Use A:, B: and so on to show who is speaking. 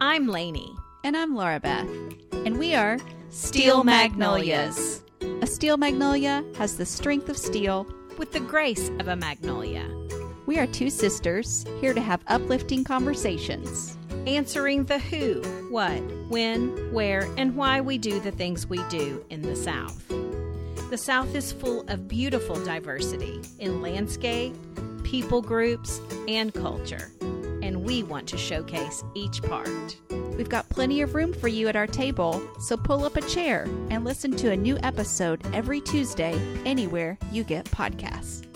A: I'm Lainey.
B: And I'm Laura Beth. And we are A steel magnolia has the strength of steel.
A: with the grace of a magnolia,
B: We are two sisters here to have uplifting conversations.
A: answering the who, what, when, where, and why we do the things we do in the South. The South is full of beautiful diversity in landscape, people groups, and culture, and we want to showcase each part.
B: We've got plenty of room for you at our table, so pull up a chair and listen to a new episode every Tuesday anywhere you get podcasts.